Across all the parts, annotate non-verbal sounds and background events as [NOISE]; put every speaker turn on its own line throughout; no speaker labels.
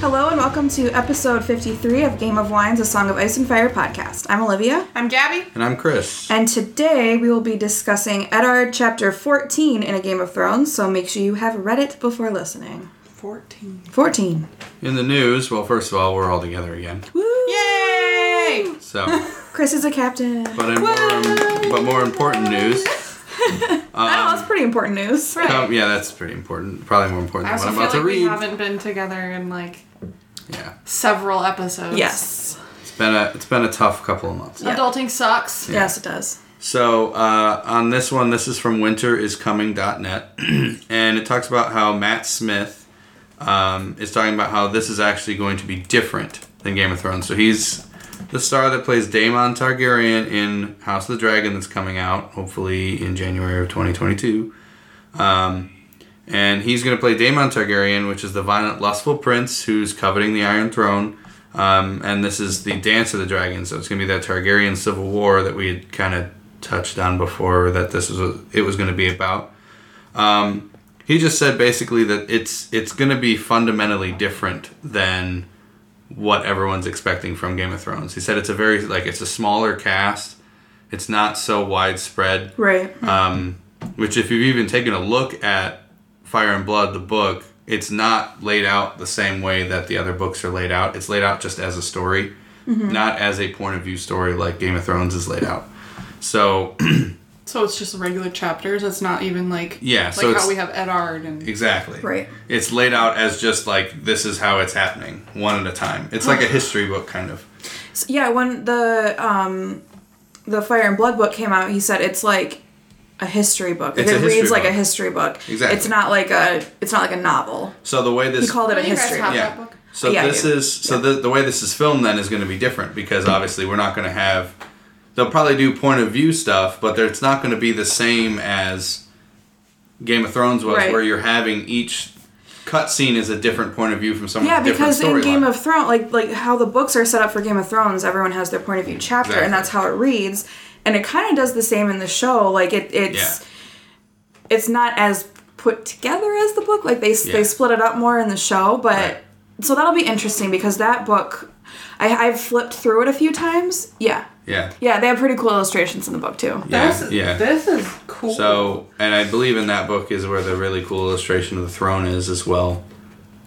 hello, and welcome to episode 53 of Game of Wines, a Song of Ice and Fire podcast. I'm Olivia,
I'm Gabby.
And I'm Chris.
and today we will be discussing Eddard Chapter 14 in A Game of Thrones, so make sure you have read it before listening.
14.
14.
In the news, well, first of all, we're all together again.
Woo!
Yay!
So,
Chris is a captain.
but in more, um, but more important news.
I don't know, it's pretty important news.
Right.
um, yeah, that's pretty important. Probably more important
I
than what
also
I'm
feel
about
like
to
we
read.
haven't been together in like
Yeah,
several episodes.
Yes.
it's been a it's been a tough couple of months.
Yeah.
Adulting sucks.
Yes, it does.
So uh, on this one, this is from WinterIsComing.net, [CLEARS THROAT] and it talks about how Matt Smith um, is talking about how this is actually going to be different than Game of Thrones. So he's the star that plays Daemon Targaryen in House of the Dragon that's coming out hopefully in January of 2022. Um, and he's going to play Daemon Targaryen, which is the violent, lustful prince who's coveting the Iron Throne. Um, and this is the Dance of the Dragon, so it's going to be that Targaryen civil war that we had kind of touched on before that this was it was going to be about. Um, he just said basically that it's it's going to be fundamentally different than what everyone's expecting from Game of Thrones. He said it's a very like it's a smaller cast. It's not so widespread
Right.
um, which if you've even taken a look at fire and blood the book it's not laid out the same way that the other books are laid out it's laid out just as a story
Mm-hmm.
not as a point of view story like game of thrones is laid out so [CLEARS THROAT]
So it's just regular chapters. It's not even like
Yeah,
like
so it's-
how we have Edard and
exactly
Right.
it's laid out as just like this is how it's happening one at a time it's like a history book kind of
So, yeah, when the um the Fire and Blood book came out, he said it's like a history book. Like
It's a
it
history
reads like a
book.
history book.
Exactly.
It's not like a it's not like a novel.
so the way
He
this
called it a
Don't you guys
history
have
book.
yeah.
that book?
So
Yeah, I
this
do.
is so the, the way this is filmed then is going to be different because obviously we're not going to have they'll probably do point of view stuff, but there- it's not going to be the same as Game of Thrones was,
Right.
where you're having each cutscene is a different point of view from someone.
Yeah, because in Game
storyline.
of Thrones, like like how the books are set up for Game of Thrones, everyone has their point of view chapter,
Exactly.
and that's how it reads. And it kind of does the same in the show. Like it, it's it's not as put together as the book. Like they s
Yeah.
they split it up more in the show, but
Right.
so that'll be interesting because that book, I, I've flipped through it a few times. Yeah,
yeah,
yeah, they have pretty cool illustrations in the book too.
yeah,
This is-
yeah.
This is cool.
So and I believe in that book is where the really cool illustration of the throne is as well.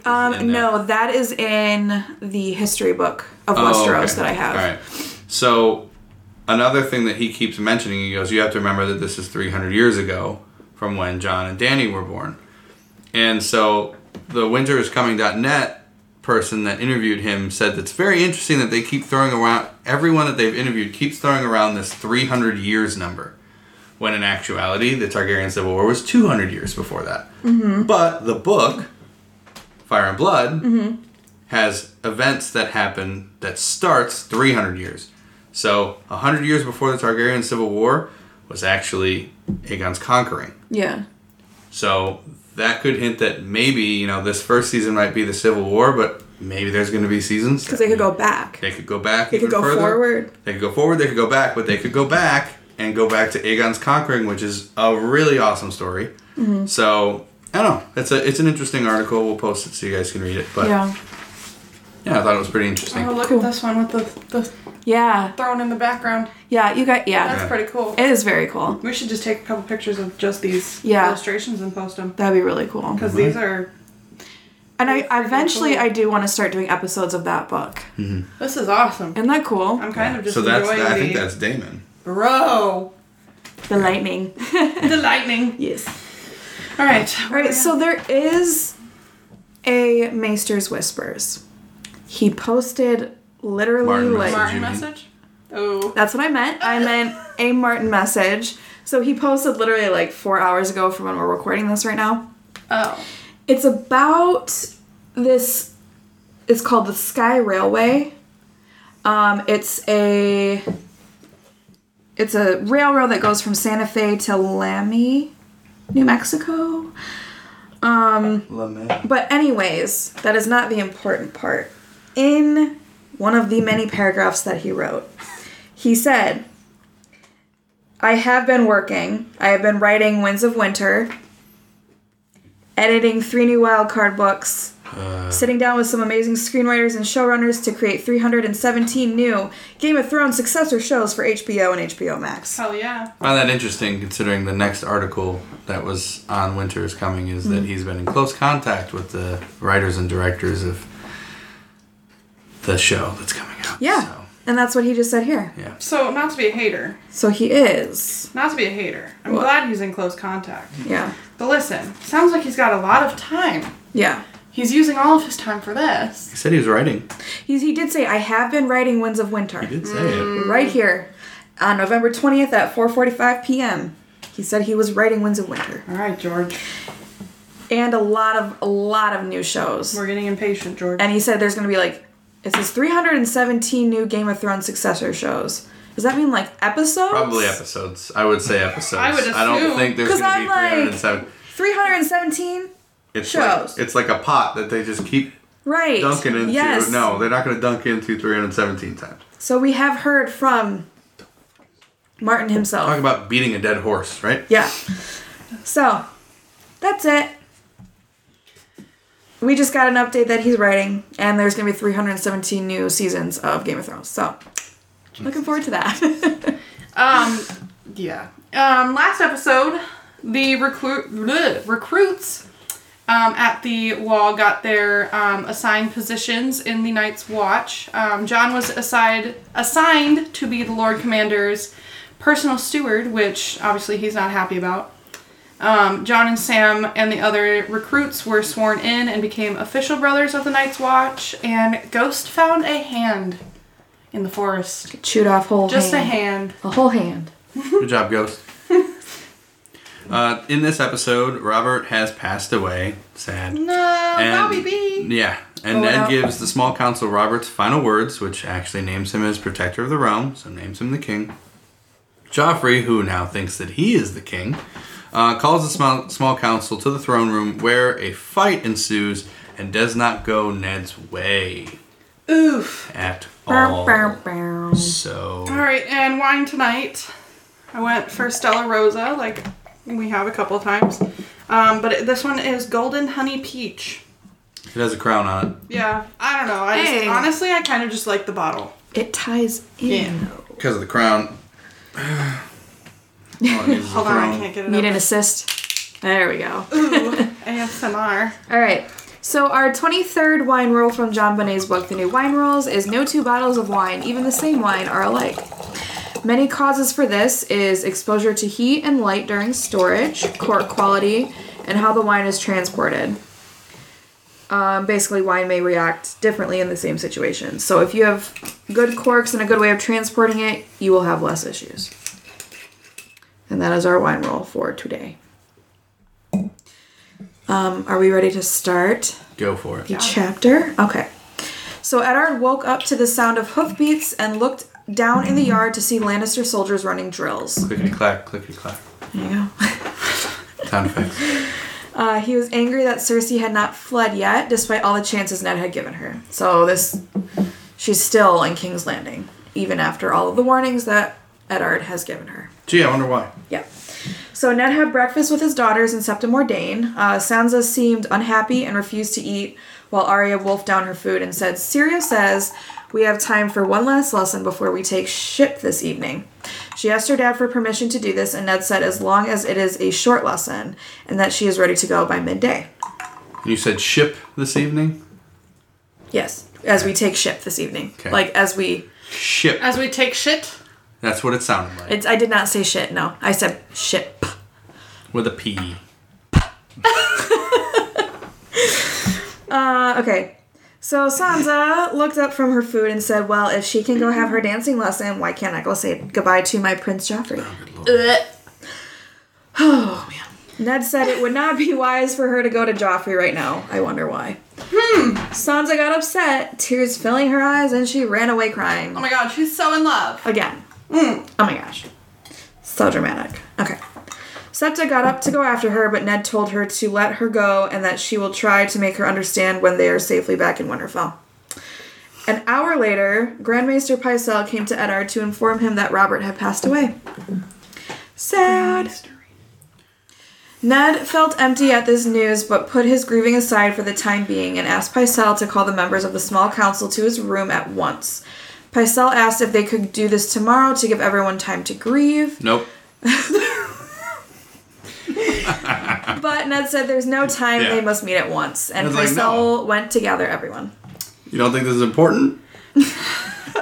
Um,
in there.
no, that is in the history book of
Oh,
Westeros
okay.
that I have.
All right. So another thing that he keeps mentioning, he goes, "You have to remember that this is 300 years ago from when John and Danny were born." And so the winteriscoming.net person that interviewed him said it's very interesting that they keep throwing around everyone that they've interviewed keeps throwing around this 300 years number when in actuality the Targaryen Civil War was 200 years before that.
Mm-hmm.
But the book Fire and Blood has events that happen that starts 300 years. So 100 years before the Targaryen Civil War was actually Aegon's conquering.
Yeah.
So that could hint that maybe you know this first season might be the Civil War, but maybe there's going to be seasons
Because they could go back.
They could go back.
They could go
even further.
forward.
They could go forward. They could go back, but they could go back and go back to Aegon's conquering, which is a really awesome story.
Mm-hmm.
So I don't know. It's a it's an interesting article. We'll post it so you guys can read it. But yeah,
Yeah.
I thought it was pretty interesting.
Oh, look
Cool.
at this one with the, the
Yeah.
throne in the background.
Yeah, you got yeah.
That's
Yeah.
pretty cool.
It is very cool.
we should just take a couple pictures of just these
Yeah.
illustrations and post them
That'd be really cool.
because these
Mm-hmm.
are.
And I eventually
cool.
I do want to start doing episodes of that book.
This is awesome.
Isn't that cool?
I'm kind of just
so that's
enjoying
I think
the-
that's Damon.
Bro,
The lightning. [LAUGHS]
the
[LAUGHS]
lightning.
yes.
All right.
All right, so there is a Maester's Whispers. He posted literally
Martin
like
message.
Martin
Jimmy.
message. Oh,
That's what I meant. I meant a Martin message. So he posted literally like 4 hours ago from when we're recording this right now.
oh,
It's about this. It's called the Sky Railway. Um, it's a it's a railroad that goes from Santa Fe to Laramie, New Mexico. But anyways, that is not the important part. In one of the many paragraphs that he wrote, he said, I have been working. I have been writing Winds of Winter, editing three new wildcard books,
Uh.
Sitting down with some amazing screenwriters and showrunners to create 317 new Game of Thrones successor shows for HBO and HBO Max.
Hell yeah.
I find that interesting considering the next article that was on Winter is Coming is
Mm.
that he's been in close contact with the writers and directors of the show that's coming out.
Yeah.
So,
And that's what he just said here.
yeah.
So, not to be a hater,
So he is.
not to be a hater. I'm
What?
glad he's in close contact.
Yeah.
But listen, sounds like he's got a lot of time.
Yeah.
He's using all of his time for this.
He said he was writing.
He, he did say, I have been writing Winds of Winter. Mm-hmm.
He did say
Mm.
it.
Right here. On November 20th at 4.45 p.m. He said he was writing Winds of Winter.
All right, George.
And a lot of, a lot of new shows.
We're getting impatient, George.
And he said there's going to be like, it says 317 new Game of Thrones successor shows. Does that mean like episodes?
Probably episodes. I would say episodes.
I would
don't
assume.
think there's
'Cause
going to
I'm
be
like-
307.
317?
It's
Shows.
like it's like a pot that they just keep
Right.
dunking into.
Yes.
No, they're not going to dunk into 317 times.
So we have heard from Martin himself.
Talk about beating a dead horse, right?
Yeah. So, that's it. We just got an update that he's writing, and there's going to be 317 new seasons of Game of Thrones. So, looking forward to that. [LAUGHS]
Um, yeah. Um, last episode, the recruit bleh, recruits um, at the wall got their um, assigned positions in the Night's Watch. Um, John was assigned assigned to be the Lord Commander's personal steward, which obviously he's not happy about. Um, John and Sam and the other recruits were sworn in and became official brothers of the Night's Watch. And Ghost found a hand in the forest,
Chewed off whole
just a
hand.
hand.
A whole hand.
Good job, Ghost. uh, in this episode, Robert has passed away. Sad.
No,
And-
Bobby B.
Yeah. And
Oh,
Ned
wow.
gives the small council Robert's final words, which actually names him as protector of the realm, so names him the king. Joffrey, who now thinks that he is the king, uh, calls the small, small council to the throne room where a fight ensues and does not go Ned's way
Oof.
at
Bow,
all.
bow, bow.
All
So,
right, and wine tonight. I went for Stella Rosa, like we have a couple of times. Um, but it, this one is Golden Honey Peach.
it has a crown on it.
Yeah, I don't know. I just,
Hey.
honestly, I kind of just like the bottle.
It ties in.
Yeah.
Because of the crown. [SIGHS] All it needs is a
Hold on, I
throne.
can't get it.
Need an
open.
assist? There we go.
Ooh, ASMR.
All right. So our 23rd wine rule from John Bonet's book, The New Wine Rules, is no two bottles of wine, even the same wine, are alike. Many causes for this is exposure to heat and light during storage, cork quality, and how the wine is transported. Um, basically, wine may react differently in the same situation. So if you have good corks and a good way of transporting it, you will have less issues. And that is our wine rule for today. Um, are we ready to start?
Go for it.
the chapter. Okay. So Eddard woke up to the sound of hoofbeats and looked down in the yard to see Lannister soldiers running drills.
Clickety clack, clickety clack.
There you go.
Sound effects.
[LAUGHS]
[LAUGHS]
Uh, he was angry that Cersei had not fled yet, despite all the chances Ned had given her. So this, she's still in King's Landing, even after all of the warnings that Eddard has given her.
Gee, I wonder why.
Yeah. So Ned had breakfast with his daughters in Septim Ordain. Uh, Sansa seemed unhappy and refused to eat, while Arya wolfed down her food and said, Syria says, we have time for one last lesson before we take ship this evening. She asked her dad for permission to do this, and Ned said as long as it is a short lesson and that she is ready to go by midday.
You said ship this evening?
Yes, as we take ship this evening.
Okay.
Like, as we.
Ship.
As we take shit.
That's what it sounded like.
It's, I did not say shit, no. I said ship.
With a P.
Uh, okay. So Sansa looked up from her food and said, "Well, if she can go have her dancing lesson, why can't I go say goodbye to my prince Joffrey?"
Ugh.
Ned said it would not be wise for her to go to Joffrey right now. I wonder why. Hmm. Sansa got upset, tears filling her eyes, and she ran away crying.
Oh my god, she's so in love.
Again. Oh my gosh. So dramatic. Okay. Septa got up to go after her, but Ned told her to let her go and that she will try to make her understand when they are safely back in Winterfell. An hour later, Grandmaster Pycelle came to Eddard to inform him that Robert had passed away. Sad. Ned felt empty at this news, but put his grieving aside for the time being and asked Pycelle to call the members of the small council to his room at once. Pycelle asked if they could do this tomorrow to give everyone time to grieve,
Nope.
but Ned said there's no time,
Ah. Yeah.
they must meet at once. And
Ned's like,
Pycelle
"No."
went to gather everyone.
You don't think this is important?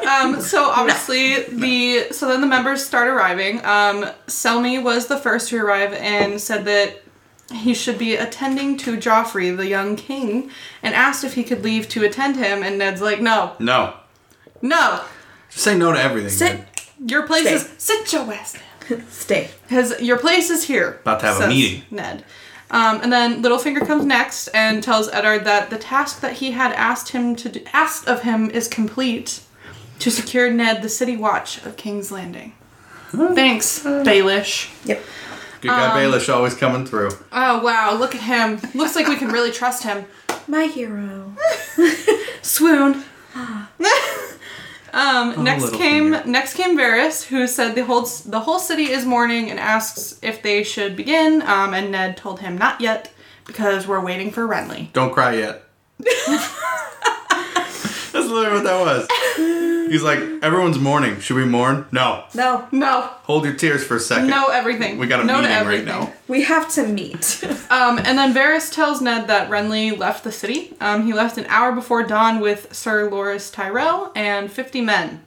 Um, so obviously the so then the members start arriving. Um, Selmy was the first to arrive and said that he should be attending to Joffrey, the young king, and asked if he could leave to attend him. And Ned's like, "No,
No.
no,
Just say no to everything.
Sit,
dude.
your place
Stay.
is sit your ass down.
stay.
His your place is here."
About to have a
says
meeting.
Ned. Um, and then Littlefinger comes next and tells Eddard that the task that he had asked him to do, asked of him is complete to secure Ned the city watch of King's Landing. Thanks, Baelish.
Yep.
Good
um,
guy Baelish always coming through.
Oh wow, look at him. Looks like we can really trust him.
My hero.
[GASPS]
Swoon. um, next
little
came
finger.
next came Varys, who said the whole the whole city is mourning and asks if they should begin. Um, and Ned told him not yet because we're waiting for Renly.
Don't cry
[LAUGHS]
yet. That's literally what that was. He's like, everyone's mourning. Should we mourn? No.
No,
No,
Hold your tears for a second.
no, everything.
We got a
no to
meeting right
everything.
now.
we have to meet.
Um, and then Varys tells Ned that Renly left the city. Um, he left an hour before dawn with Sir Loris Tyrell and 50 men.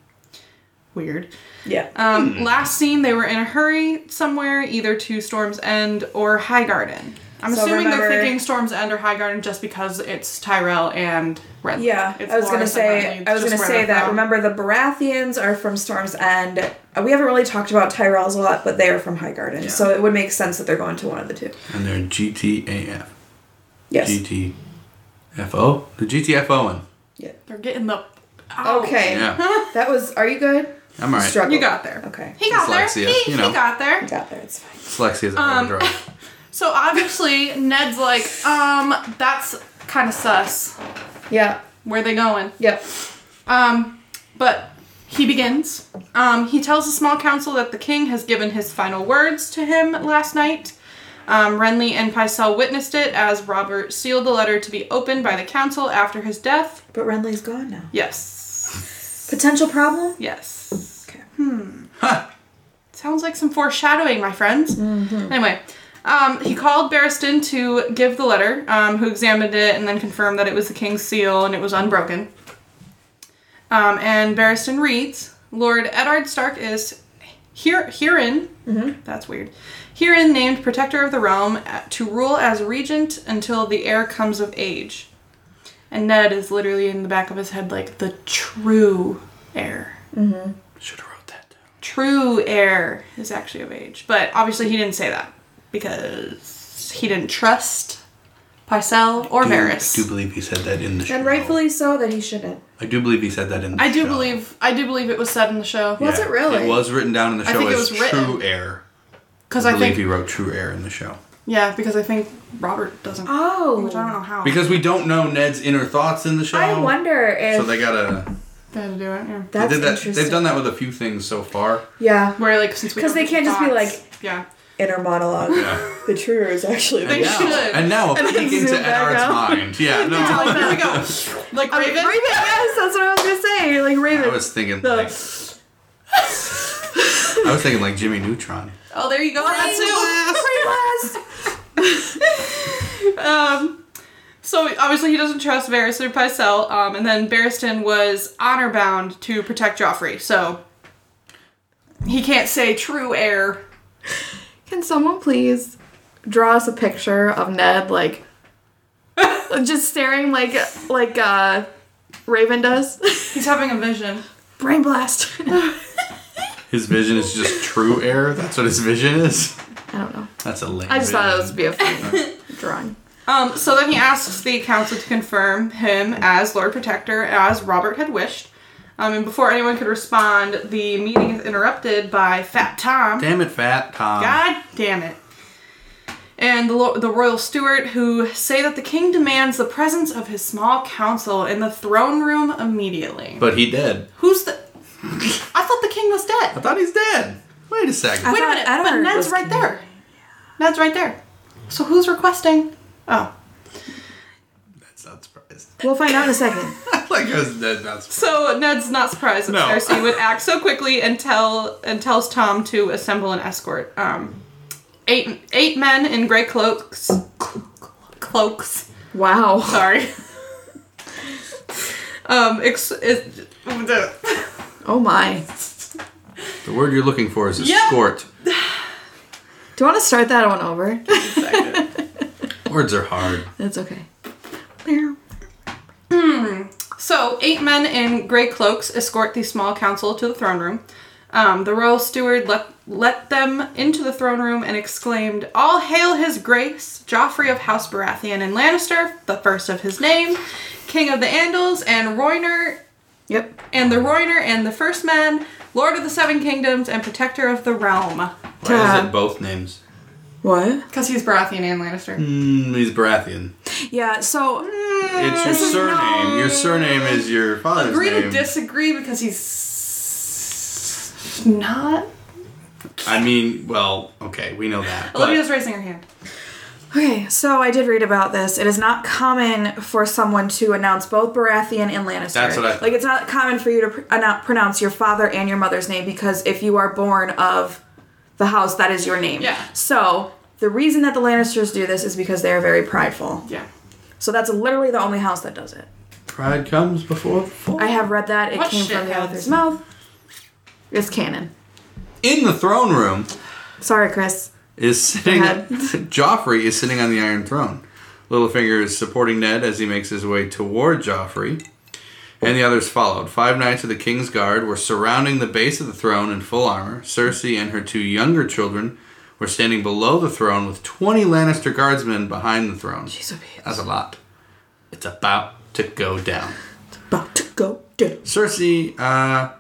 Weird.
[LAUGHS] yeah.
Um,
Hmm.
Last scene, they were in a hurry somewhere, either to Storm's End or High Garden. I'm
So
assuming they're
remember-
thinking Storm's End or High Garden just because it's Tyrell and Renly.
Yeah,
It's
I was gonna
Loras and Renly.
say
It's
I was
just
gonna
where
say
they're
that.
from.
Remember, the Baratheons are from Storm's End. Uh, We haven't really talked about Tyrells a lot, but they are from Highgarden, so it would make sense that they're going to one of the two.
And they're GTAF.
Yes.
GTFO? The GTFO one.
yeah.
They're getting the.
Okay.
Yeah.
[LAUGHS] That was. Are you good?
I'm alright.
Struggled.
You got there.
Okay.
He got
Dyslexia,
there. He,
you know.
he got there.
Got there. It's fine.
Dyslexia is a
Um,
drug.
So obviously, Ned's like, um, that's kind of sus.
Yeah.
Where they going?
Yep.
Um, but he begins. Um, he tells the small council that the king has given his final words to him last night. Um, Renly and Pycelle witnessed it as Robert sealed the letter to be opened by the council after his death.
But Renly's gone now.
Yes.
Potential problem.
Yes.
Okay.
Sounds like some foreshadowing, my friends. Anyway, um, he called Barristan to give the letter, um, who examined it and then confirmed that it was the king's seal and it was unbroken. Um, and Barristan reads, Lord Edard Stark is here herein. That's weird. Herein named protector of the realm uh, to rule as regent until the heir comes of age. And Ned is literally in the back of his head like the true heir
Should have wrote that down.
true heir is actually of age. But obviously he didn't say that because he didn't trust Pycelle or
I do- I do
Varys.
believe he said that in the show.
And rightfully so that he shouldn't.
I do believe he said that in the
I do
show.
believe I do believe it was said in the show
Yeah. Was it really?
It was written down in the show
I think it
as
was written.
true air.
because
I,
I
believe
think
he wrote true air in the show.
yeah because I think Robert doesn't. Which I don't
Oh.
know how.
Because we don't know Ned's inner thoughts in the show.
I wonder if
So they gotta.
they had to do it. Yeah.
that's
they did that.
interesting.
They've done that with a few things so far.
Yeah.
Where like since we
'Cause
don't
they can't just be
thoughts-
like-
yeah
Inner monologue.
Yeah.
The truer is actually.
They
the-
should.
And now a peek into
zoom back
Edard's
out.
mind. Yeah, no.
[LAUGHS] Yeah, like, there we
[LAUGHS]
go. Like
I mean,
Raven.
Raven, yes, that's what I was gonna say. Like Raven.
I was thinking
The-
like. I was thinking like Jimmy Neutron.
Oh, there you go. That's it. Um, so obviously he doesn't trust Varys or Pycelle, um, and then Barristan was honor bound to protect Joffrey, so he can't say true heir.
Can someone please draw us a picture of Ned like [LAUGHS] just staring like like uh Raven does?
He's having a vision.
Brain blast. [LAUGHS] I
His vision is just true air. That's what his vision is.
don't know.
That's a lame.
I just thought
vision.
that was be a [LAUGHS] fun drawing.
Um, so then he asks the council to confirm him as Lord Protector, as Robert had wished. Um, and before anyone could respond, the meeting is interrupted by Fat Tom.
Damn it, Fat Tom.
God damn it. And the, lo- the royal steward, who say that the king demands the presence of his small council in the throne room immediately.
But he did.
Who's the. I thought the king was
I
dead.
thought he's dead. Wait a second.
Wait a
thought
minute,
Eddard
but Ned's
was
right
king.
there. Ned's right there. So who's requesting? Oh.
That's not surprised.
We'll find out in a second.
like [LAUGHS] I was dead, not surprised.
So Ned's not surprised that
No.
Cersei would act so quickly and tell and tells Tom to assemble an escort. Um, eight eight men in gray cloaks, cloaks.
Wow.
Sorry. um, ex- is-
Oh my.
The word you're looking for is
Yeah.
escort.
Do you want to start that one over?
Words are hard.
That's okay. Meow.
So, eight men in gray cloaks escort the small council to the throne room. Um, the royal steward let, let them into the throne room and exclaimed, All hail his grace, Joffrey of House Baratheon and Lannister, the first of his name, King of the Andals, and Royner,
Yep.
and the Royner and the First Men, Lord of the Seven Kingdoms, and Protector of the Realm.
Why is
Ta.
it both names?
What?
Because he's Baratheon and Lannister.
Mm, he's Baratheon.
Yeah, so
It's your
This is
surname.
no-
Your surname is your father's
Agree
name.
to disagree because he's not.
I mean, well, okay, we know that. but-
Olivia's raising her hand.
okay, so I did read about this. It is not common for someone to announce both Baratheon and Lannister.
That's what I-
like. It's not common for you to pr- annou- pronounce your father and your mother's name because if you are born of the house, that is your name.
Yeah.
So the reason that the Lannisters do this is because they are very prideful.
Yeah.
So that's literally the only house that does it.
Pride comes before the fall.
I have read that. It
What
came from the
shitheads?
author's mouth. It's canon.
In the throne room
Sorry, Chris.
is sitting
Go ahead.
[LAUGHS] Joffrey is sitting on the Iron Throne. Littlefinger is supporting Ned as he makes his way toward Joffrey, and the others followed. Five knights of the King's Guard were surrounding the base of the throne in full armor. Cersei and her two younger children were standing below the throne with 20 Lannister guardsmen behind the throne.
She's a bitch.
That's a lot. It's about to go down.
About to go down.
Cersei, uh,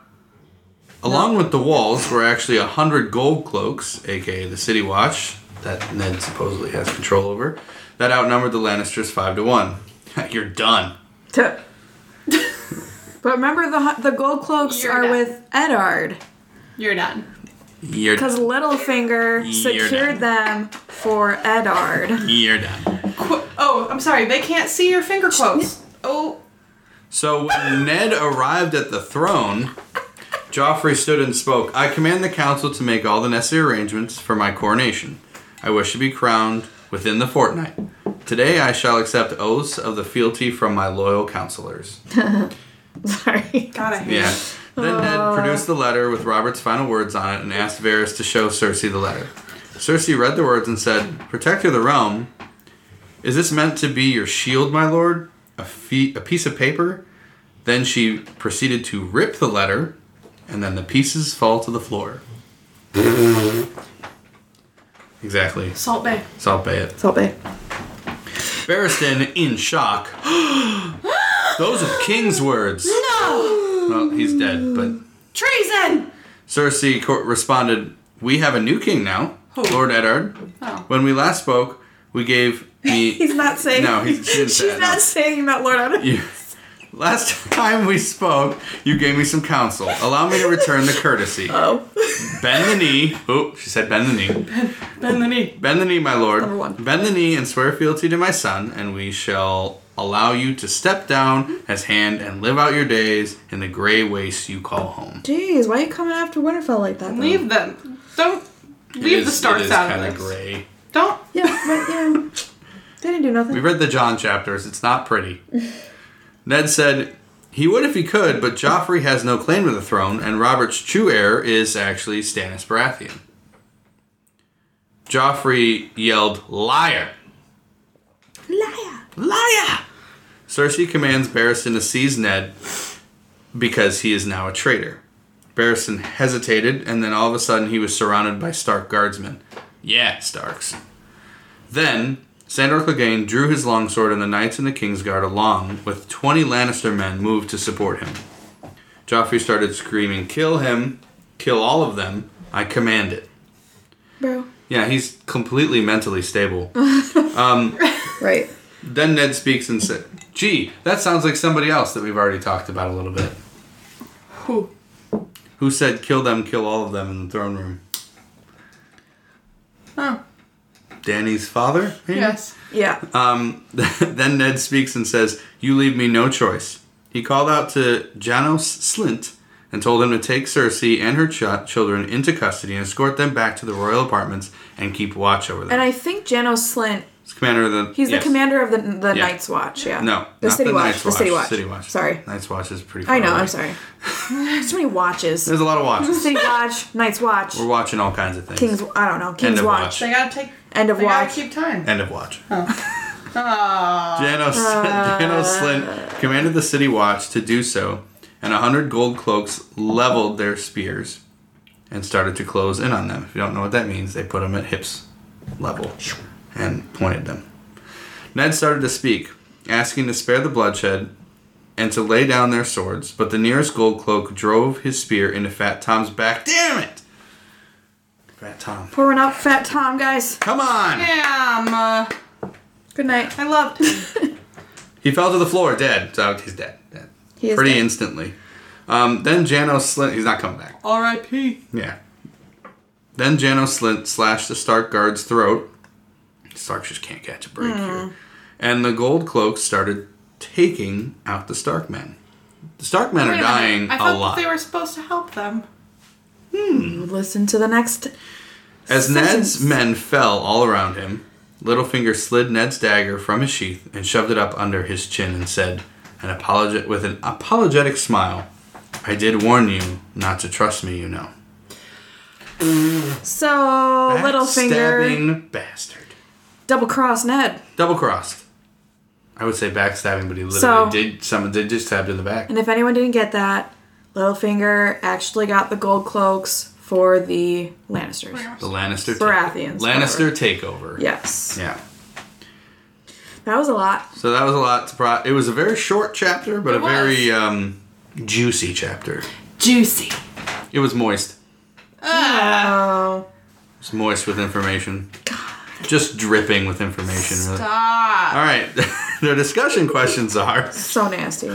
along with the walls, were actually a hundred gold cloaks, aka the City Watch, that Ned supposedly has control over, that outnumbered the Lannisters five to one. [LAUGHS] You're done.
Tip. [LAUGHS] but remember the hu- the gold cloaks
You're
are
not-
with Edard
You're done.
You're
because Littlefinger
You're
secured them for Edard. [LAUGHS]
you're done.
Qu- oh, I'm sorry. They can't see your finger quotes. Oh,
So when Ned arrived at the throne, Joffrey stood and spoke. I command the council to make all the necessary arrangements for my coronation. I wish to be crowned within the fortnight. Today I shall accept oaths of the fealty from my loyal counselors.
Sorry.
God, I hate
Yeah.
it.
Then Ned produced the letter with Robert's final words on it and asked Varys to show Cersei the letter. Cersei read the words and said, Protector of the realm, is this meant to be your shield, my lord? A, fee- a piece of paper? Then she proceeded to rip the letter, and then the pieces fall to the floor. exactly.
Salt Bay.
Salt Bay it.
Solbe.
Barristan, in shock. Those are the king's words. No! Well, he's dead, but
Treason!
Cersei co- responded, "We have a new king now, Lord Eddard.
Oh.
When we last spoke, we gave the
[LAUGHS]
He's not saying.
No,
[LAUGHS]
he didn't say
She's
it, no.
not saying about Lord Edard.
you, [LAUGHS] last time we spoke, you gave me some counsel. Allow me to return the
[LAUGHS]
courtesy.
Oh.
Bend the knee. Oh, she said, bend the knee.
Bend the knee.
Bend the knee, my lord.
Number one.
Bend the knee and swear fealty to my son, and we shall." Allow you to step down as hand and live out your days in the gray waste you call home.
Jeez, why are you coming after Winterfell like that? though?
Leave them. Don't
It
leave the
is-
stars
it is
out
kinda
of this.
gray.
Don't.
Yeah, but yeah. They didn't do nothing.
We read the John chapters. It's not pretty. Ned said he would if he could, but Joffrey has no claim to the throne, and Robert's true heir is actually Stannis Baratheon. Joffrey yelled, "Liar!
Liar.
Liar!" Cersei commands Barristan to seize Ned because he is now a traitor. Barristan hesitated, and then all of a sudden he was surrounded by Stark guardsmen. Yeah, Starks. Then, Sandor Clegane drew his longsword, and the knights in the Kingsguard, along with 20 Lannister men, moved to support him. Joffrey started screaming, Kill him! Kill all of them! I command it.
Bro.
Yeah, he's completely mentally stable.
Right.
Then Ned speaks and said, Gee, that sounds like somebody else that we've already talked about a little bit.
Who?
Who said, Kill them, kill all of them in the throne room?
Oh.
Danny's father. maybe?
Yes.
Yeah.
Um, [LAUGHS] then Ned speaks and says, You leave me no choice. He called out to Janos Slint and told him to take Cersei and her ch- children into custody and escort them back to the royal apartments and keep watch over them.
And I think Janos Slint,
He's commander of the.
he's
yes.
the commander of the the
Yeah.
Night's Watch. Yeah.
No,
The
not
City
the
Watch.
Night's
the City Watch.
City Watch.
Sorry.
Night's Watch is pretty. Far
I know.
away.
I'm sorry. There's so many watches.
There's a lot
[LAUGHS]
of watches.
City Watch, Night's Watch,
We're watching all kinds of things.
King's. I don't know. King's
of
Watch.
They gotta take.
End of
they gotta
watch.
keep time.
End of watch. Janos, [LAUGHS] Janos Slint commanded the city watch to do so, and a hundred gold cloaks leveled their spears and started to close in on them. If you don't know what that means, they put them at hips level and pointed them. Ned started to speak, asking to spare the bloodshed and to lay down their swords, but the nearest gold cloak drove his spear into Fat Tom's back. Damn it! Fat Tom.
Pouring up Fat Tom, guys.
Come on!
Damn. Uh,
Good night.
I
[LAUGHS]
loved him.
He fell to the floor dead. So he's dead. dead.
He is
Pretty
dead.
instantly. Um, then Janos Slint. He's not coming back.
R.I.P.
Yeah. Then Janos Slint slashed the Stark guard's throat. Stark just can't catch a break
Hmm.
here. And the gold cloaks started taking out the Stark men. The Stark men
Wait
are
a
dying
minute. I thought
a lot.
they were supposed to help them.
Listen to the next.
As Ned's
Sentence.
men fell all around him, Littlefinger slid Ned's dagger from his sheath and shoved it up under his chin and said, an apologi- with an apologetic smile, I did warn you not to trust me, you know.
So Littlefinger
Backstabbing bastard.
double cross Ned,
Double crossed. I would say backstabbing, but he literally
So-
did someone did just stab to the back.
and if anyone didn't get that, Littlefinger actually got the gold cloaks for the Lannisters.
The Lannister
Baratheons,
Lannister takeover.
Yes.
Yeah.
That was a lot.
So that was a lot to pro- it was a very short chapter, but a
It was.
very um, juicy chapter.
Juicy.
It was moist.
Oh.
It's moist with information. Just dripping with information, really.
Stop.
All right. [LAUGHS] Their discussion questions are
So
[LAUGHS]
nasty.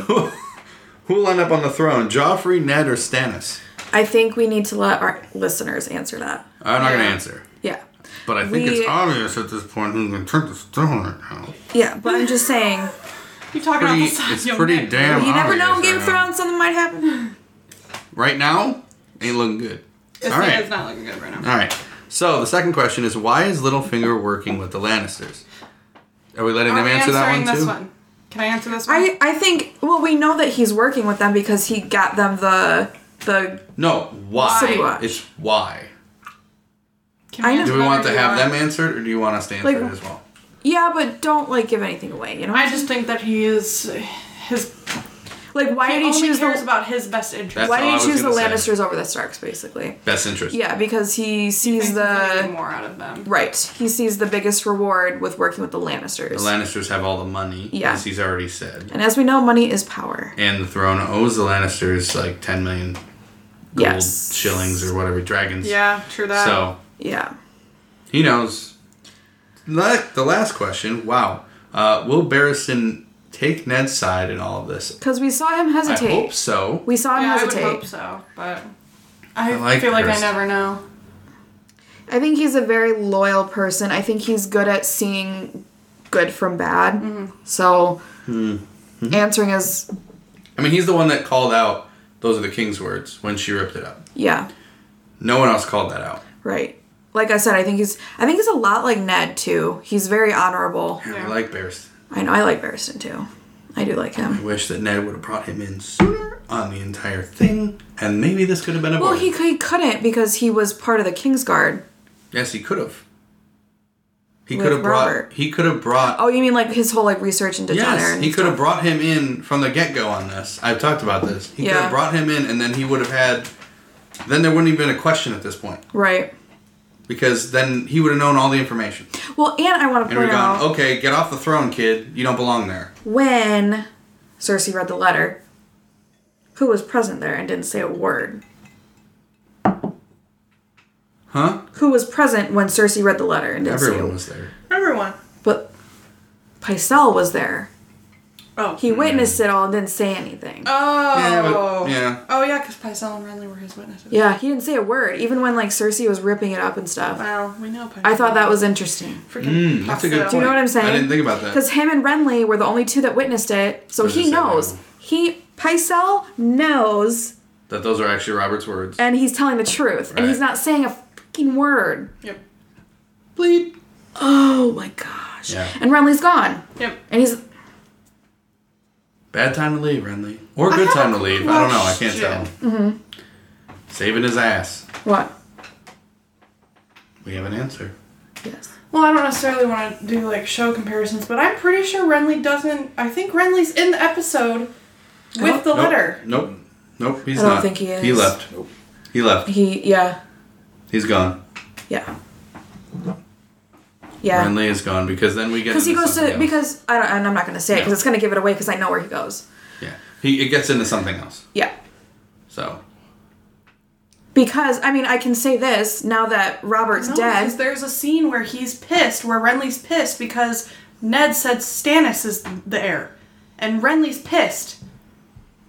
Who'll end up on the throne, Joffrey, Ned, or Stannis?
I think we need to let our listeners answer that.
I'm not going to
Yeah.
answer.
Yeah.
But I think
We-
it's obvious at this point who's going to take this throne right now.
Yeah, but I'm just saying.
You talking
Pretty,
about the
it's pretty damn
You never
obvious
know in Game
right
of
now.
Thrones, something might happen.
Right now, ain't looking good.
This
All right.
is not looking good right now.
All right. So the second question is why is Littlefinger working with the Lannisters? Are we letting
Are
them
we
answer that
answering
one too?
this one? Can I answer this one?
I, I think, well, we know that he's working with them because he got them the. the
No, why?
City Watch.
It's why.
Can we
I know.
answer
Do we
that
want
or
to
do you
have
want-
them answered, or do you want us to answer
Like-
it as well?
Yeah, but don't, like, give anything away, you know?
I just think that he is his.
like, why
He
did he
only
choose
cares
the.
about his best interest.
That's
Why
all Oh, I
did
was
he choose the
gonna say.
Lannisters over the Starks, basically?
Best interest.
Yeah, because he
He
sees
thinks he's gonna get
the.
more out of them.
Right. He sees the biggest reward with working with the Lannisters.
The Lannisters have all the money,
Yeah.
as he's already said.
and as we know, money is power.
And the throne owes the Lannisters like 10 million gold
Yes.
shillings or whatever, dragons.
Yeah, true that.
So
Yeah.
he knows. La- The last question wow. Uh, will Barristan take Ned's side in all of this?
Because we saw him hesitate.
I hope so.
We saw him
yeah, I would
hesitate.
hope so, but I,
I like
feel like I
Kirsten.
never know.
I think he's a very loyal person. I think he's good at seeing good from bad.
Mm-hmm.
So
Hmm.
answering is
I mean, he's the one that called out those are the king's words when she ripped it up.
yeah,
No one else called that out.
right. Like I said, I think he's I think he's a lot like Ned too. He's very honorable.
I
Yeah.
like Barristan.
I know I like Barristan too. I do like
I
him.
wish that Ned would have brought him in sooner on the entire thing, and maybe this could have been
Well,
avoided.
he, he couldn't because he was part of the Kingsguard.
yes, he could have. He
With
could have brought.
Robert.
He could have brought.
Oh, you mean like his whole like research into Jenner
yes,
and
he could have brought him in from the get go on this. I've talked about this. He could
Yeah.
have brought him in, and then he would have had. Then there wouldn't have been a question at this point
right.
because then he would have known all the information
Well, and I want to
and we'd
point
have
out
gone, okay, get off the throne, kid. You don't belong there.
when Cersei read the letter, who was present there and didn't say a word.
Huh?
who was present when Cersei read the letter and didn't say
Everyone
it.
was there.
Everyone.
But Pycelle was there.
Oh.
Mm.
He witnessed it all and didn't say anything.
oh.
Yeah, but- yeah.
Oh yeah, because Pycelle and Renly were his witnesses.
Yeah, he didn't say a word, even when like Cersei was ripping it up and stuff.
Well, we know Pycelle.
I thought that was interesting.
Freaking
Mm, that's a good
Pycelle.
Do you know what I'm saying?
I didn't think about that.
Because him and Renly were the only two that witnessed it, so
Those are
he
the same
knows.
people.
He Pycelle knows,
That those are actually Robert's words.
and he's telling the truth, and he's
Right.
not saying a fucking word.
Yep.
Bleep.
Oh my gosh!
Yeah.
And Renly's gone,
Yep.
and he's
Bad time to leave, Renly. Or good
have
time
a
to leave. I don't know. I can't
question.
tell.
Mm-hmm.
Saving his ass.
what?
We have an answer.
Yes.
Well, I don't necessarily want to do like show comparisons, but I'm pretty sure Renly doesn't. I think Renly's in the episode with
Nope.
the
Nope.
letter.
Nope. Nope. He's
I don't
not.
think he
He
is.
left. Nope. He left.
He yeah
He's gone.
yeah yeah.
Renly is gone because then we get.
Because he
into
goes to
something else.
because I don't and I'm not gonna say it because
No.
it's gonna give it away because I know where he goes.
Yeah. He it gets into something else.
Yeah.
So.
Because I mean I can say this now that Robert's
No,
dead.
because there's a scene where he's pissed, where Renly's pissed because Ned said Stannis is the heir, and Renly's pissed.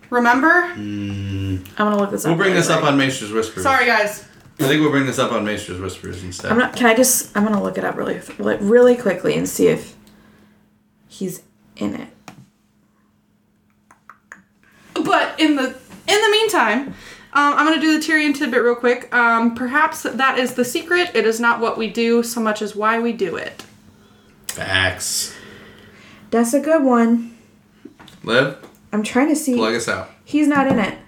Remember?
I'm gonna look this up.
We'll bring
really
this up
quick.
on Maester's Whispers.
Sorry, guys.
I think we'll bring this up on Maester's Whispers instead.
I'm not. Can I just? I'm gonna look it up really, really, really quickly and see if he's in it.
But in the in the meantime, um, I'm gonna do the Tyrion tidbit real quick. Um, perhaps that is the secret. It is not what we do so much as why we do it.
Facts.
That's a good one.
Liv,
I'm trying to see.
plug us out.
He's not in it.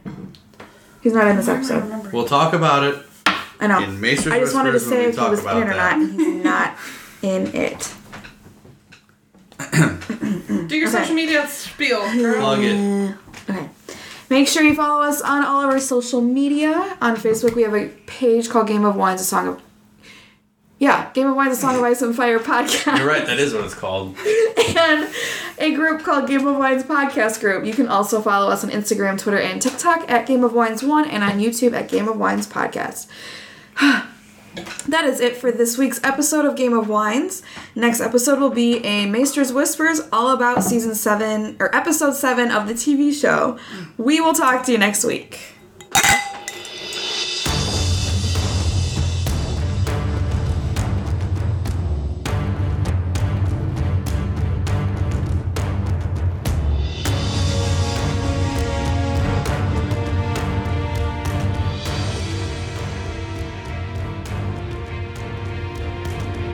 He's not in this episode.
We'll talk about it.
I know.
In Maester's
I just wanted to
Whispers, when we
say if he
talk
was in
about
it or
that.
not, and he's not in it.
Do your
Okay.
social media [LAUGHS] spiel. girl.
Plug it.
Mm. Okay. Make sure you follow us on all of our social media. On Facebook, we have a page called Game of Wines, a song of. Yeah, Game of Wines, a song of ice and fire [LAUGHS] podcast.
You're right. That is what it's called.
and a group called Game of Wines Podcast Group. You can also follow us on Instagram, Twitter, and TikTok at Game of Wines One and on YouTube at Game of Wines Podcast. [SIGHS] that is it for this week's episode of Game of Wines. Next episode will be a Maester's Whispers all about season seven or episode seven of the TV show. We will talk to you next week.